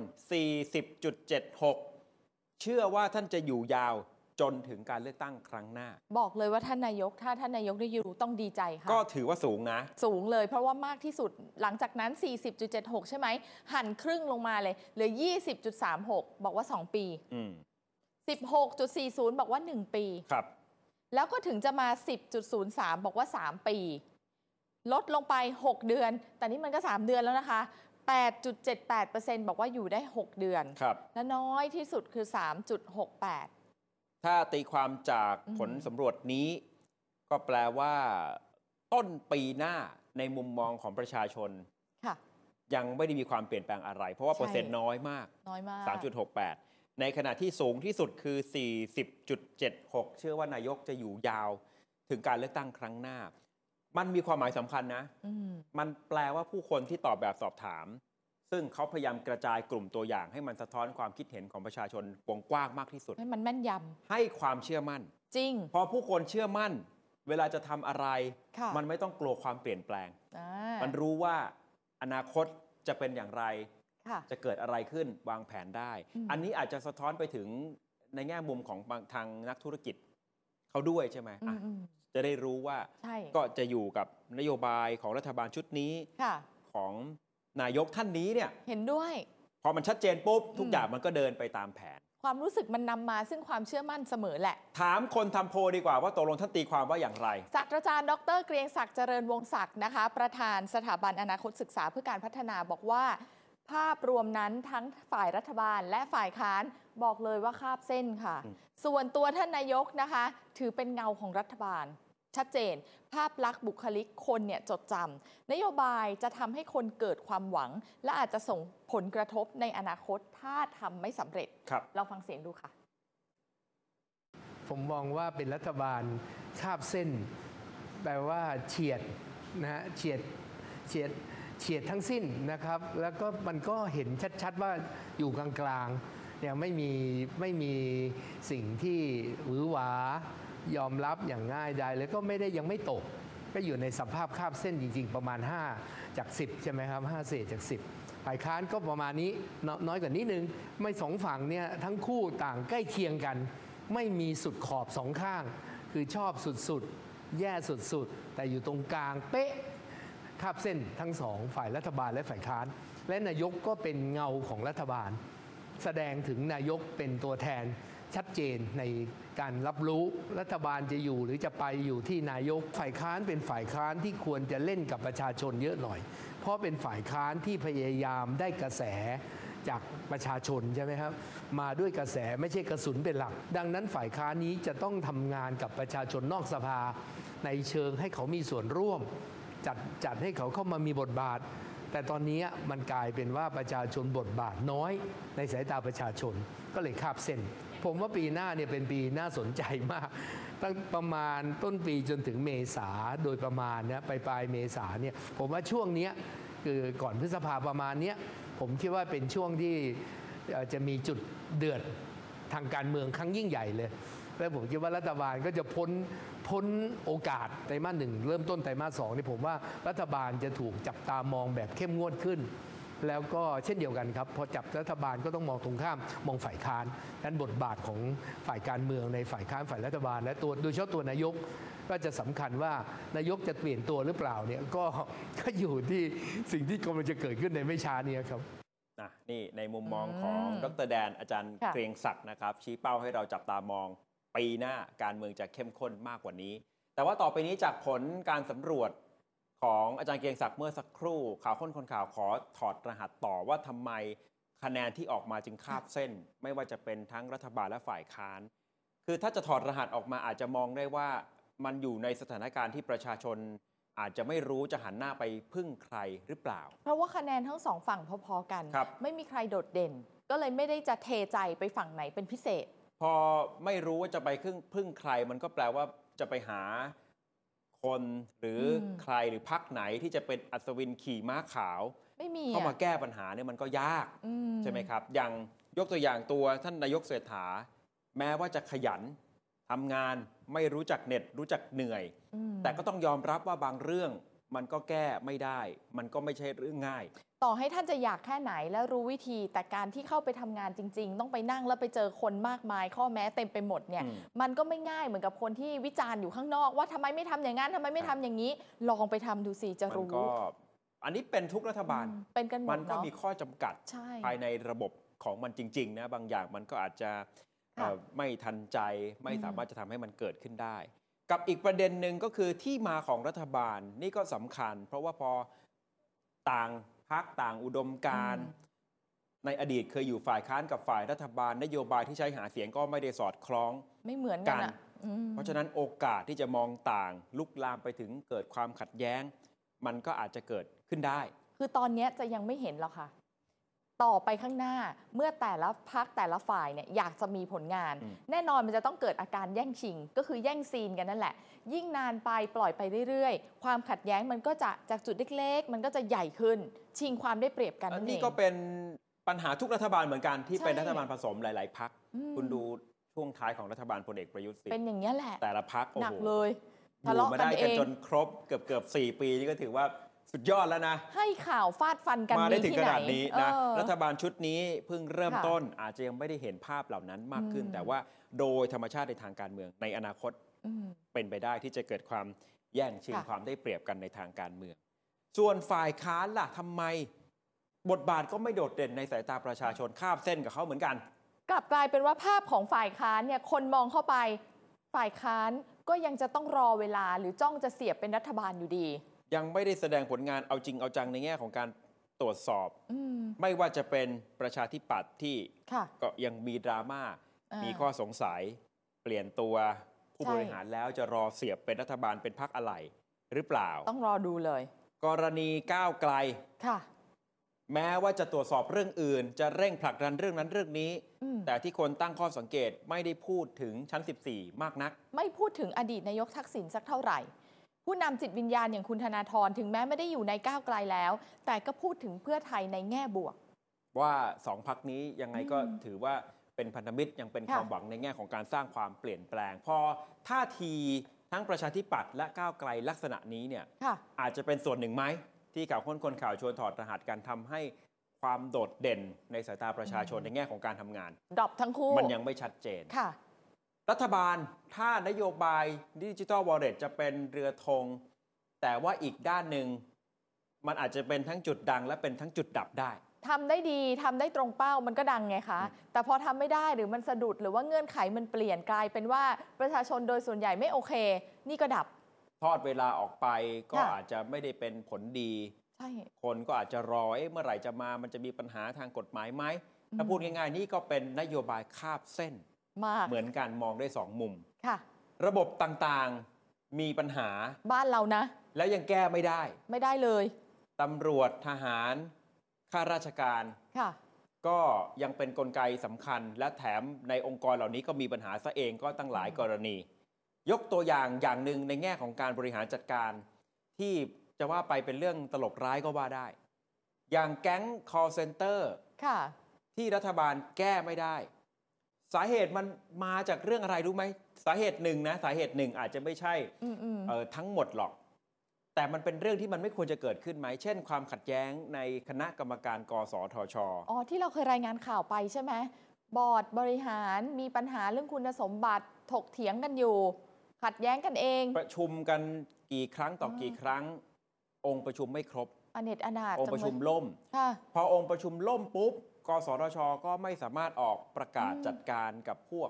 S2: 40.76 เชื่อว่าท่านจะอยู่ยาวจนถึงการเลือกตั้งครั้งหน้า
S3: บอกเลยว่าท่านนายก ถ้าท่านนายกได้อยู่ต้องดีใจค่ะ
S2: ก็ถือว่าสูงนะ
S3: สูงเลยเพราะว่ามากที่สุดหลังจากนั้น 40.76 ใช่ไหม หันครึ่งลงมาเลยเหลือ 20.36 บอกว่า 2 ปี
S2: อืม
S3: 16.40 บอกว่า 1 ปี
S2: ครับ
S3: แล้วก็ถึงจะมา 10.03 บอกว่า 3 ปี ลดลงไป 6 เดือน แต่นี่มันก็ 3 เดือนแล้วนะคะ 8.78%บอกว่าอยู่ได้ 6 เดือน
S2: ครับ
S3: และน้อยที่สุดคือ 3.68
S2: ถ้าตีความจาก
S3: อืม
S2: ผลสำรวจนี้ ก็แปลว่า ต้นปีหน้าในมุมมองของประชาชน
S3: ค่ะ
S2: ยังไม่ได้มีความเปลี่ยนแปลงอะไร เพราะว่า
S3: ใช่
S2: เปอร์เซ็นต์น้อยมาก
S3: น้อยมาก
S2: 3.68 ในขณะที่สูงที่สุดคือ 40.76 เชื่อว่านายกจะอยู่ยาวถึงการเลือกตั้งครั้งหน้า มันมีความหมายสำคัญนะ
S3: อืม
S2: มันแปลว่าผู้คนที่ตอบแบบสอบถาม ซึ่งเขาพยายามกระจายกลุ่มตัวอย่าง ให้มันสะท้อนความคิดเห็นของประชาชนวงกว้างมากที่สุด
S3: ให้มันแม่นย
S2: ให้ความเชื่อมั่น
S3: ำจริง
S2: พอผู้คนเชื่อมั่น เวลาจะทำอะไร
S3: ค่ะ
S2: มันไม่ต้องกลัวความเปลี่ยนแปลง
S3: อ่า
S2: มันรู้ว่าอนาคตจะเป็นอย่างไร
S3: ค่ะ
S2: จะเกิดอะไรขึ้นวางแผนได้
S3: อืม
S2: อันนี้อาจจะสะท้อนไปถึงในแง่มุมของบางทางนักธุรกิจเขาด้วยใช่ไหม
S3: อื
S2: อ่ะ
S3: มอืม
S2: จะได้รู้ว่า
S3: ใช่
S2: ก็จะอยู่กับนโยบายของรัฐบาลชุดนี้
S3: ค่ะ
S2: ของนายกท่านนี้เนี่ย
S3: เห็นด้วย
S2: พอมันชัดเจนปุ๊บ ทุก
S3: อืม
S2: อย่างมันก็เดินไปตามแผน
S3: ความรู้สึกมันนำมาซึ่งความเชื่อมั่นเสมอแหละ
S2: ถามคนทำโพลดีกว่าว่าตกลงท่านตีความว่าอย่างไร
S3: ศาสตราจารย์ดรเกรียงศักดิ์เจริญวงศักดิ์นะคะ ประธานสถาบันอนาคตศึกษาเพื่อการพัฒนาบอกว่า ภาพรวมนั้นทั้งฝ่ายรัฐบาลและฝ่ายค้านบอกเลยว่าคาบเส้นค่ะ
S2: อืม
S3: ส่วนตัวท่านนายกนะคะ ถือเป็นเงาของรัฐบาล ชัดเจน ภาพลักษณ์บุคลิกคนเนี่ยจดจำนโยบายจะทำให้คนเกิดความหวัง และอาจจะส่งผลกระทบในอนาคตถ้าทำไม่สำเร็จ
S2: ครับ
S3: ลองฟังเสียงดูค่ะ
S4: ผมมองว่าเป็นรัฐบาลคาบเส้น แปลว่าเฉียดนะฮะเฉียดเฉียดเฉียดทั้งสิ้นนะครับ แล้วก็มันก็เห็นชัดๆว่าอยู่กลางๆเนี่ยไม่มีไม่มีสิ่งที่หวือหวายอมรับอย่างง่ายดายแล้วก็ไม่ได้ยังไม่ตก ก็อยู่ในสภาพคาบเส้นจริง ๆ ประมาณ 5 จาก 10 ใช่ไหมครับ5เศษจาก 10 ฝ่ายค้านก็ประมาณนี้นน้อยกว่านิดนึง ไม่สองฝั่งเนี่ยทั้งคู่ต่างใกล้เคียงกัน ไม่มีสุดขอบสองข้าง คือชอบสุดๆ แย่สุดๆ แต่อยู่ตรงกลางเป๊ะ คาบเส้นทั้งสองฝ่ายรัฐบาลและฝ่ายค้าน และนายกก็เป็นเงาของรัฐบาล แสดงถึงนายกเป็นตัวแทนชัดเจนในการรับรู้รัฐบาลจะอยู่หรือจะไปอยู่ที่นายกฝ่ายค้านเป็นฝ่ายค้านที่ควรจะเล่นกับประชาชนเยอะหน่อย เพราะเป็นฝ่ายค้านที่พยายามได้กระแสจากประชาชนใช่ไหมครับ มาด้วยกระแสไม่ใช่กระสุนเป็นหลัก ดังนั้นฝ่ายค้านนี้จะต้องทำงานกับประชาชนนอกสภา ในเชิงให้เขามีส่วนร่วม จัดจัดให้เขาเข้ามามีบทบาท แต่ตอนนี้มันกลายเป็นว่าประชาชนบทบาทน้อยในสายตาประชาชนก็เลยคาบเส้น ผมว่าปีหน้าเนี่ยเป็นปีน่าสนใจมาก ตั้งประมาณต้นปีจนถึงเมษาโดยประมาณนะปลายปลายๆเมษาเนี่ยผมว่าช่วงเนี้ยคือก่อนพฤษภาประมาณเนี้ยผมคิดว่าเป็นช่วงที่เอ่อจะมีจุดเดือด ทางการเมืองครั้งยิ่งใหญ่เลย และผมคิดว่ารัฐบาลก็จะพ้นพ้นโอกาสไตรมาสหนึ่งเริ่มต้นไตรมาสสองนี่ผมว่ารัฐบาลจะถูกจับตามองแบบเข้มงวดขึ้น แล้วก็เช่นเดียวกันครับ พอจับรัฐบาลก็ต้องมองตรงข้ามมองฝ่ายค้านดังนั้นบทบาทของฝ่ายการเมืองในฝ่ายค้านฝ่ายรัฐบาล และตัวโดยเฉพาะตัวนายก ก็จะสำคัญว่านายกจะเปลี่ยนตัวหรือเปล่าเนี่ยก็ก็อยู่ที่สิ่งที่กำลังจะเกิดขึ้นในไม่ช้าเนี้ครับ
S2: นะนี่ในมุมมองของ
S3: อืม
S2: ดรแดนอาจารย์
S3: ค่ะ
S2: เกรียงศักดิ์นะครับ ชี้เป้าให้เราจับตามอง ปีหน้าการเมืองจะเข้มข้นมากกว่านี้ แต่ว่าต่อไปนี้จากผลการสำรวจของอาจารย์เกรียงศักดิ์เมื่อสักครู่ ข่าวค้นคนข่าวขอถอดรหัสต่อว่าทำไมคะแนนที่ออกมาจึงคาบเส้น ไม่ว่าจะเป็นทั้งรัฐบาลและฝ่ายค้าน คือถ้าจะถอดรหัสออกมาอาจจะมองได้ว่ามันอยู่ในสถานการณ์ที่ประชาชน อาจจะไม่รู้จะหันหน้าไปพึ่งใครหรือเปล่า
S3: เพราะว่าคะแนนทั้งสองฝั่งพอๆกัน
S2: ครับ
S3: ไม่มีใครโดดเด่น ก็เลยไม่ได้จะเทใจไปฝั่งไหนเป็นพิเศษ
S2: พอไม่รู้ว่าจะไปพึ่งพึ่งใคร มันก็แปลว่าจะไปหาคนหรืออ
S3: ม
S2: ใครหรือพักไหนที่จะเป็นอัศวินขี่ม้าขาว
S3: ไม่มี
S2: เข้ามาแก้ปัญหาเนี่ยมันก็ยาก
S3: อื
S2: ใช่ไหมครับ อย่างยกตัวอย่างตัวท่านนายกเศรษฐา แม้ว่าจะขยันทำงานไม่รู้จักเหน็ด รู้จักเหนื่อย
S3: อืม
S2: แต่ก็ต้องยอมรับว่าบางเรื่องมันก็แก้ไม่ได้ มันก็ไม่ใช่เรื่องง่าย
S3: ต่อให้ท่านจะอยากแค่ไหนและรู้วิธี แต่การที่เข้าไปทำงานจริง ๆ ต้องไปนั่งแล้วไปเจอคนมากมาย ข้อแม้เต็มไปหมดเนี่ย
S2: อืม
S3: มันก็ไม่ง่ายเหมือนกับคนที่วิจารณ์อยู่ข้างนอก ว่าทำไมไม่ทำอย่างนั้นทำไมไม่ทำอย่างนี้ ลองไปทำดูสิจะ
S2: มัน
S3: รู้
S2: ก็อันนี้เป็นทุกรัฐบาล
S3: อืมเป็นกันหม
S2: มั
S3: ด
S2: นก็
S3: เนาะ
S2: มีข้อจำกัด
S3: ใช่
S2: ภายในระบบของมันจริง ๆ นะ บางอย่างมันก็อาจจะ เอ่อไม่ทันใจไม่สามารถจะทำให้มันเกิดขึ้นได้ กับอีกประเด็นหนึ่งก็คือที่มาของรัฐบาลนี่ก็สำคัญ เพราะว่าพอต่างพักต่างอุดมการณ์
S3: อืม
S2: ในอดีตเคยอยู่ฝ่ายค้านกับฝ่ายรัฐบาล นโยบายที่ใช้หาเสียงก็ไม่ได้สอดคล้อง
S3: ไม่เหมือนกั
S2: กา
S3: น
S2: ร
S3: อ่ะอืม
S2: เพราะฉะนั้นโอกาสที่จะมองต่างลุกลามไปถึงเกิดความขัดแย้ง มันก็อาจจะเกิดขึ้นได้
S3: คือตอนเนี้ยจะยังไม่เห็นหรอกค่ะ ต่อไปข้างหน้าเมื่อแต่ละพักแต่ละฝ่ายเนี่ยอยากจะมีผลงาน
S2: อืม
S3: แน่นอนมันจะต้องเกิดอาการแย่งชิง ก็คือแย่งซีนกันนั่นแหละ ยิ่งนานไปปล่อยไปเรื่อยๆ ความขัดแย้งมันก็จะจากจุดเล็กๆ มันก็จะใหญ่ขึ้น ชิงความได้เปรียบกัน
S2: อัน
S3: นั่นเอง
S2: นี้ก็เป็นปัญหาทุกรัฐบาลเหมือนกันที่
S3: ใช่
S2: เป็นรัฐบาลผสมหลาย ๆพัก
S3: อืม
S2: คุณดูช่วงท้ายของรัฐบาลพลเอกประยุทธ์สิ
S3: เป็นอย่างนี้ยแหละ
S2: แต่ละพักโอ้
S3: หนัก
S2: โห
S3: เลย
S2: อ
S3: ทะ
S2: ยู่
S3: เลาะ
S2: มา
S3: กัน
S2: ได้
S3: เอ
S2: กัน
S3: ง
S2: จนครบเกือบเกือบสปีนี่ก็ถือว่าสุดยอดแล้วนะ
S3: ให้ข่าวฟาดฟันกัน
S2: มาได้ถึง
S3: ที่
S2: ข
S3: ไหน
S2: นาดนี้นะ
S3: เออ
S2: รัฐบาลชุดนี้เพิ่งเริ่ม
S3: ค่ะ
S2: ต้นอาจจะยังไม่ได้เห็นภาพเหล่านั้นมากขึ้น
S3: อืม
S2: แต่ว่าโดยธรรมชาติในทางการเมืองในอนาคต
S3: อืม
S2: เป็นไปได้ที่จะเกิดความแย่งชิง
S3: ค่ะ
S2: ความได้เปรียบกันในทางการเมือง ส่วนฝ่ายค้านล่ะทำไม บทบาทก็ไม่โดดเด่นในสายตาประชาชนข้ามเส้นกับเขาเหมือนกัน
S3: กลับกลายเป็นว่าภาพของฝ่ายค้านเนี่ยคนมองเข้าไปฝ่ายค้านก็ยังจะต้องรอเวลาหรือจ้องจะเสียบเป็นรัฐบาลอยู่ดี
S2: ยังไม่ได้แสดงผลงานเอาจริงเอาจังในแง่ของการตรวจสอบ
S3: อืม
S2: ไม่ว่าจะเป็นประชาธิปัตย์ที่
S3: ค่ะ
S2: ก็ยังมีดราม่า
S3: า
S2: มีข้อสงสัย เปลี่ยนตัวผู้
S3: ใช่
S2: บริหารแล้วจะรอเสียบเป็นรัฐบาลเป็นพักอะไร หรือเปล่า
S3: ต้องรอดูเลย
S2: กรณีก้าวไกล
S3: ค่ะ
S2: แม้ว่าจะตรวจสอบเรื่องอื่น จะเร่งผลักดันเรื่องนั้นเรื่องนี้
S3: อืม
S2: แต่ที่คนตั้งข้อสังเกตไม่ได้พูดถึงชั้น 14 มากนัก
S3: ไม่พูดถึงอดีตนายกทักษิณสักเท่าไหร่ ผู้นำจิตวิญญาณอย่างคุณธนาธรถึงแม้ไม่ได้อยู่ในก้าวไกลแล้ว แต่ก็พูดถึงเพื่อไทยในแง่บวก
S2: ว่าสองพักนี้ยังไงก็
S3: อืม
S2: ถือว่าเป็นพันธมิตรยังเป็นค
S3: ค่ะ
S2: วามหวังในแง่ของการสร้างความเปลี่ยนแปลง พอท่าทีทั้งประชาธิปัตย์และก้าวไกลลักษณะนี้เนี่ย
S3: ค่ะ
S2: อาจจะเป็นส่วนหนึ่งไหม ที่ข่าวค้นคนข่าวชวนถอดรหัสการทำให้ความโดดเด่นในสายตาประชาชนในแง่ของการทำงาน
S3: ดรอปทั้งคู่
S2: มันยังไม่ชัดเจน
S3: ค่ะ
S2: รัฐบาลถ้านโยบายดิจิ t a ลวอลเล็ตจะเป็นเรือธง แต่ว่าอีกด้านหนึ่ง มันอาจจะเป็นทั้งจุดดังและเป็นทั้งจุดดับได้
S3: ทำได้ดีทำได้ตรงเป้ามันก็ดังไงคะ แต่พอทำไม่ได้หรือมันสะดุดหรือว่าเงื่อนไขมันเปลี่ยนกลายเป็นว่าประชาชนโดยส่วนใหญ่ไม่โอเค นี่ก็ดับ
S2: ทอดเวลาออกไปก็
S3: ค่ะ
S2: อาจจะไม่ได้เป็นผลดี
S3: ใช่
S2: คนก็อาจจะรอเอ๊ะเมื่อไหร่จะมามันจะมีปัญหาทางกฎหมายไหมถ้าพูดง่ายๆ นี่ก็เป็นนโยบายคาบเส้น
S3: มาก
S2: เหมือนกันมองได้สองมุม
S3: ค่ะ
S2: ระบบต่างๆมีปัญหา
S3: บ้านเรานะ
S2: แล้วยังแก้ไม่ได้
S3: ไม่ได้เลย
S2: ตำรวจทหารข้าราชการ
S3: ค่ะ
S2: ก็ยังเป็นนกลไกสำคัญ และแถมในองค์กรเหล่านี้ก็มีปัญหาซะเองก็ตั้งหลายกรณี ยกตัวอย่างอย่างหนึ่งในแง่ของการบริหารจัดการ ที่จะว่าไปเป็นเรื่องตลกร้ายก็ว่าได้ อย่างแก๊ง call center
S3: ค่ะ
S2: ที่รัฐบาลแก้ไม่ได้ สาเหตุมันมาจากเรื่องอะไรรู้ไหม สาเหตุหนึ่งนะ สาเหตุหนึ่งอาจจะไม่ใช่
S3: อืมอืม
S2: เอ่อทั้งหมดหรอก แต่มันเป็นเรื่องที่มันไม่ควรจะเกิดขึ้นไหม เช่น ความขัดแย้งในคณะกรรมการกสทช
S3: อ๋อที่เราเคยรายงานข่าวไปใช่ไหมบอร์ดบริหารมีปัญหาเรื่องคุณสมบัติถกเถียงกันอยู่ ขัดแย้งกันเอง
S2: ประชุมกันกี่ครั้งต่อกี่ครั้ง องค์ประชุมไม่ครบ
S3: อเนตอนาถ
S2: องค์
S3: จัง
S2: ประ
S3: เล
S2: ชุ
S3: ย
S2: มล่ม
S3: ค่ะ
S2: พอองค์ประชุมล่มปุ๊บกสทช ก็ไม่สามารถออกประกาศ
S3: อืม
S2: จัดการกับพวก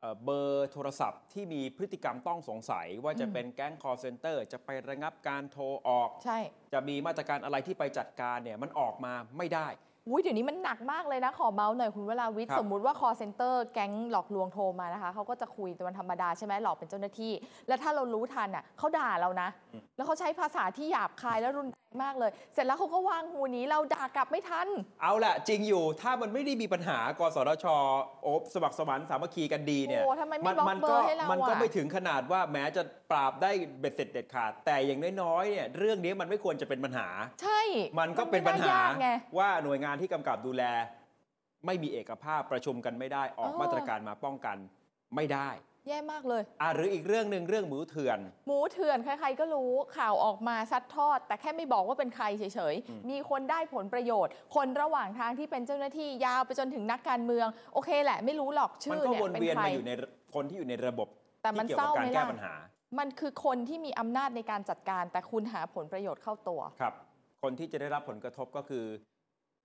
S2: เอ่อเบอร์โทรศัพท์ที่มีพฤติกรรมต้องสงสัย ว่าจะ
S3: อืม
S2: เป็นแก๊งคอร์เซนเตอร์จะไประงับการโทรออก
S3: ใช่
S2: จะมีมาตรการอะไรที่ไปจัดการเนี่ยมันออกมาไม่ได้
S3: อุ้ยเดี๋ยวนี้มันหนักมากเลยนะขอเมาส์หน่อยคุณเวลาวิท
S2: ครั
S3: ย์
S2: บ
S3: สมมุติว่า call center แก๊งหลอกลวงโทรมานะคะเขาก็จะคุยแต่วันธรรมดาใช่ไหมหลอกเป็นเจ้าหน้าที่ แล้วถ้าเรารู้ทันอ่ะเขาด่าเรานะ แล้วเขาใช้ภาษาที่หยาบคายและรุนแรงมากเลย เสร็จแล้วเขาก็วางหูหนี้เราด่ากลับไม่ทัน
S2: เอาละจริงอยู่ถ้ามันไม่ได้มีปัญหากสทชโอบสมัครสมานสามัคคีกันดีเนี่ย
S3: โอ้ทำไมไม่บล็อก
S2: มั
S3: เบ
S2: ก็
S3: อร์ให้เราอะ
S2: มันก็ไม่ถึงขนาดว่าแม้จะปราบได้เบ็ดเสร็จเด็ดขาด แต่อย่างน้อยๆเนี่ยเรื่องนี้มันไม่ควรจะเป็นปัญหา
S3: ใช่
S2: มันก็เป็นปัญ
S3: มัไม่
S2: หา
S3: ได้ยกไง
S2: ว่าหน่วยงานที่กำกับดูแล ไม่มีเอกภาพประชุมกันไม่ได้ออก
S3: เออ
S2: มาตรการมาป้องกันไม่ได้
S3: แย่มากเลย
S2: อ่ะหรืออีกเรื่องหนึ่งเรื่องหมูเถื่อน
S3: หมูเถื่อนใครๆก็รู้ข่าวออกมาซัดทอด แต่แค่ไม่บอกว่าเป็นใครเฉย
S2: อืม
S3: ๆ มีคนได้ผลประโยชน์ คนระหว่างทางที่เป็นเจ้าหน้าที่ยาวไปจนถึงนักการเมือง โอเคแหละไม่รู้หรอกชื่
S2: มั
S3: อน
S2: ก็
S3: เนี่ย
S2: วน
S3: เป็น
S2: เวียน
S3: ใคร
S2: มาอยู่ในคนที่อยู่ในระบบ
S3: แต่มัน
S2: ที่เกี่ยว
S3: เศ
S2: กับ
S3: ร้า
S2: การ
S3: ไหม
S2: แก้
S3: ล่ะ
S2: ปัญหา
S3: มันคือคนที่มีอำนาจในการจัดการ แต่คุณหาผลประโยชน์เข้าตัว
S2: ครับ คนที่จะได้รับผลกระทบก็คือ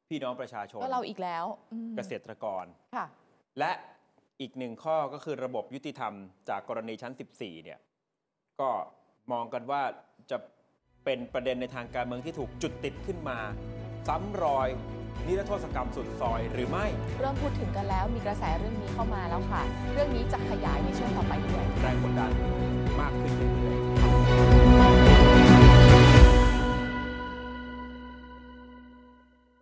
S2: พี่น้องประชาชน
S3: ก็เราอีกแล้วอืม
S2: เกษตรกร
S3: ค่ะ
S2: และ อีกหนึ่งข้อก็คือระบบยุติธรรมจากกรณีชั้น 14 เนี่ย ก็มองกันว่าจะเป็นประเด็นในทางการเมืองที่ถูกจุดติดขึ้นมา ซ้ำรอย นิรโทษกรรมสุดซอยหรือไม่
S3: เริ่มพูดถึงกันแล้วมีกระแสเรื่องนี้เข้ามาแล้วค่ะ เรื่องนี้จะขยายในช่วงต่อไปด้วย
S2: แรงกดดันมากขึ้น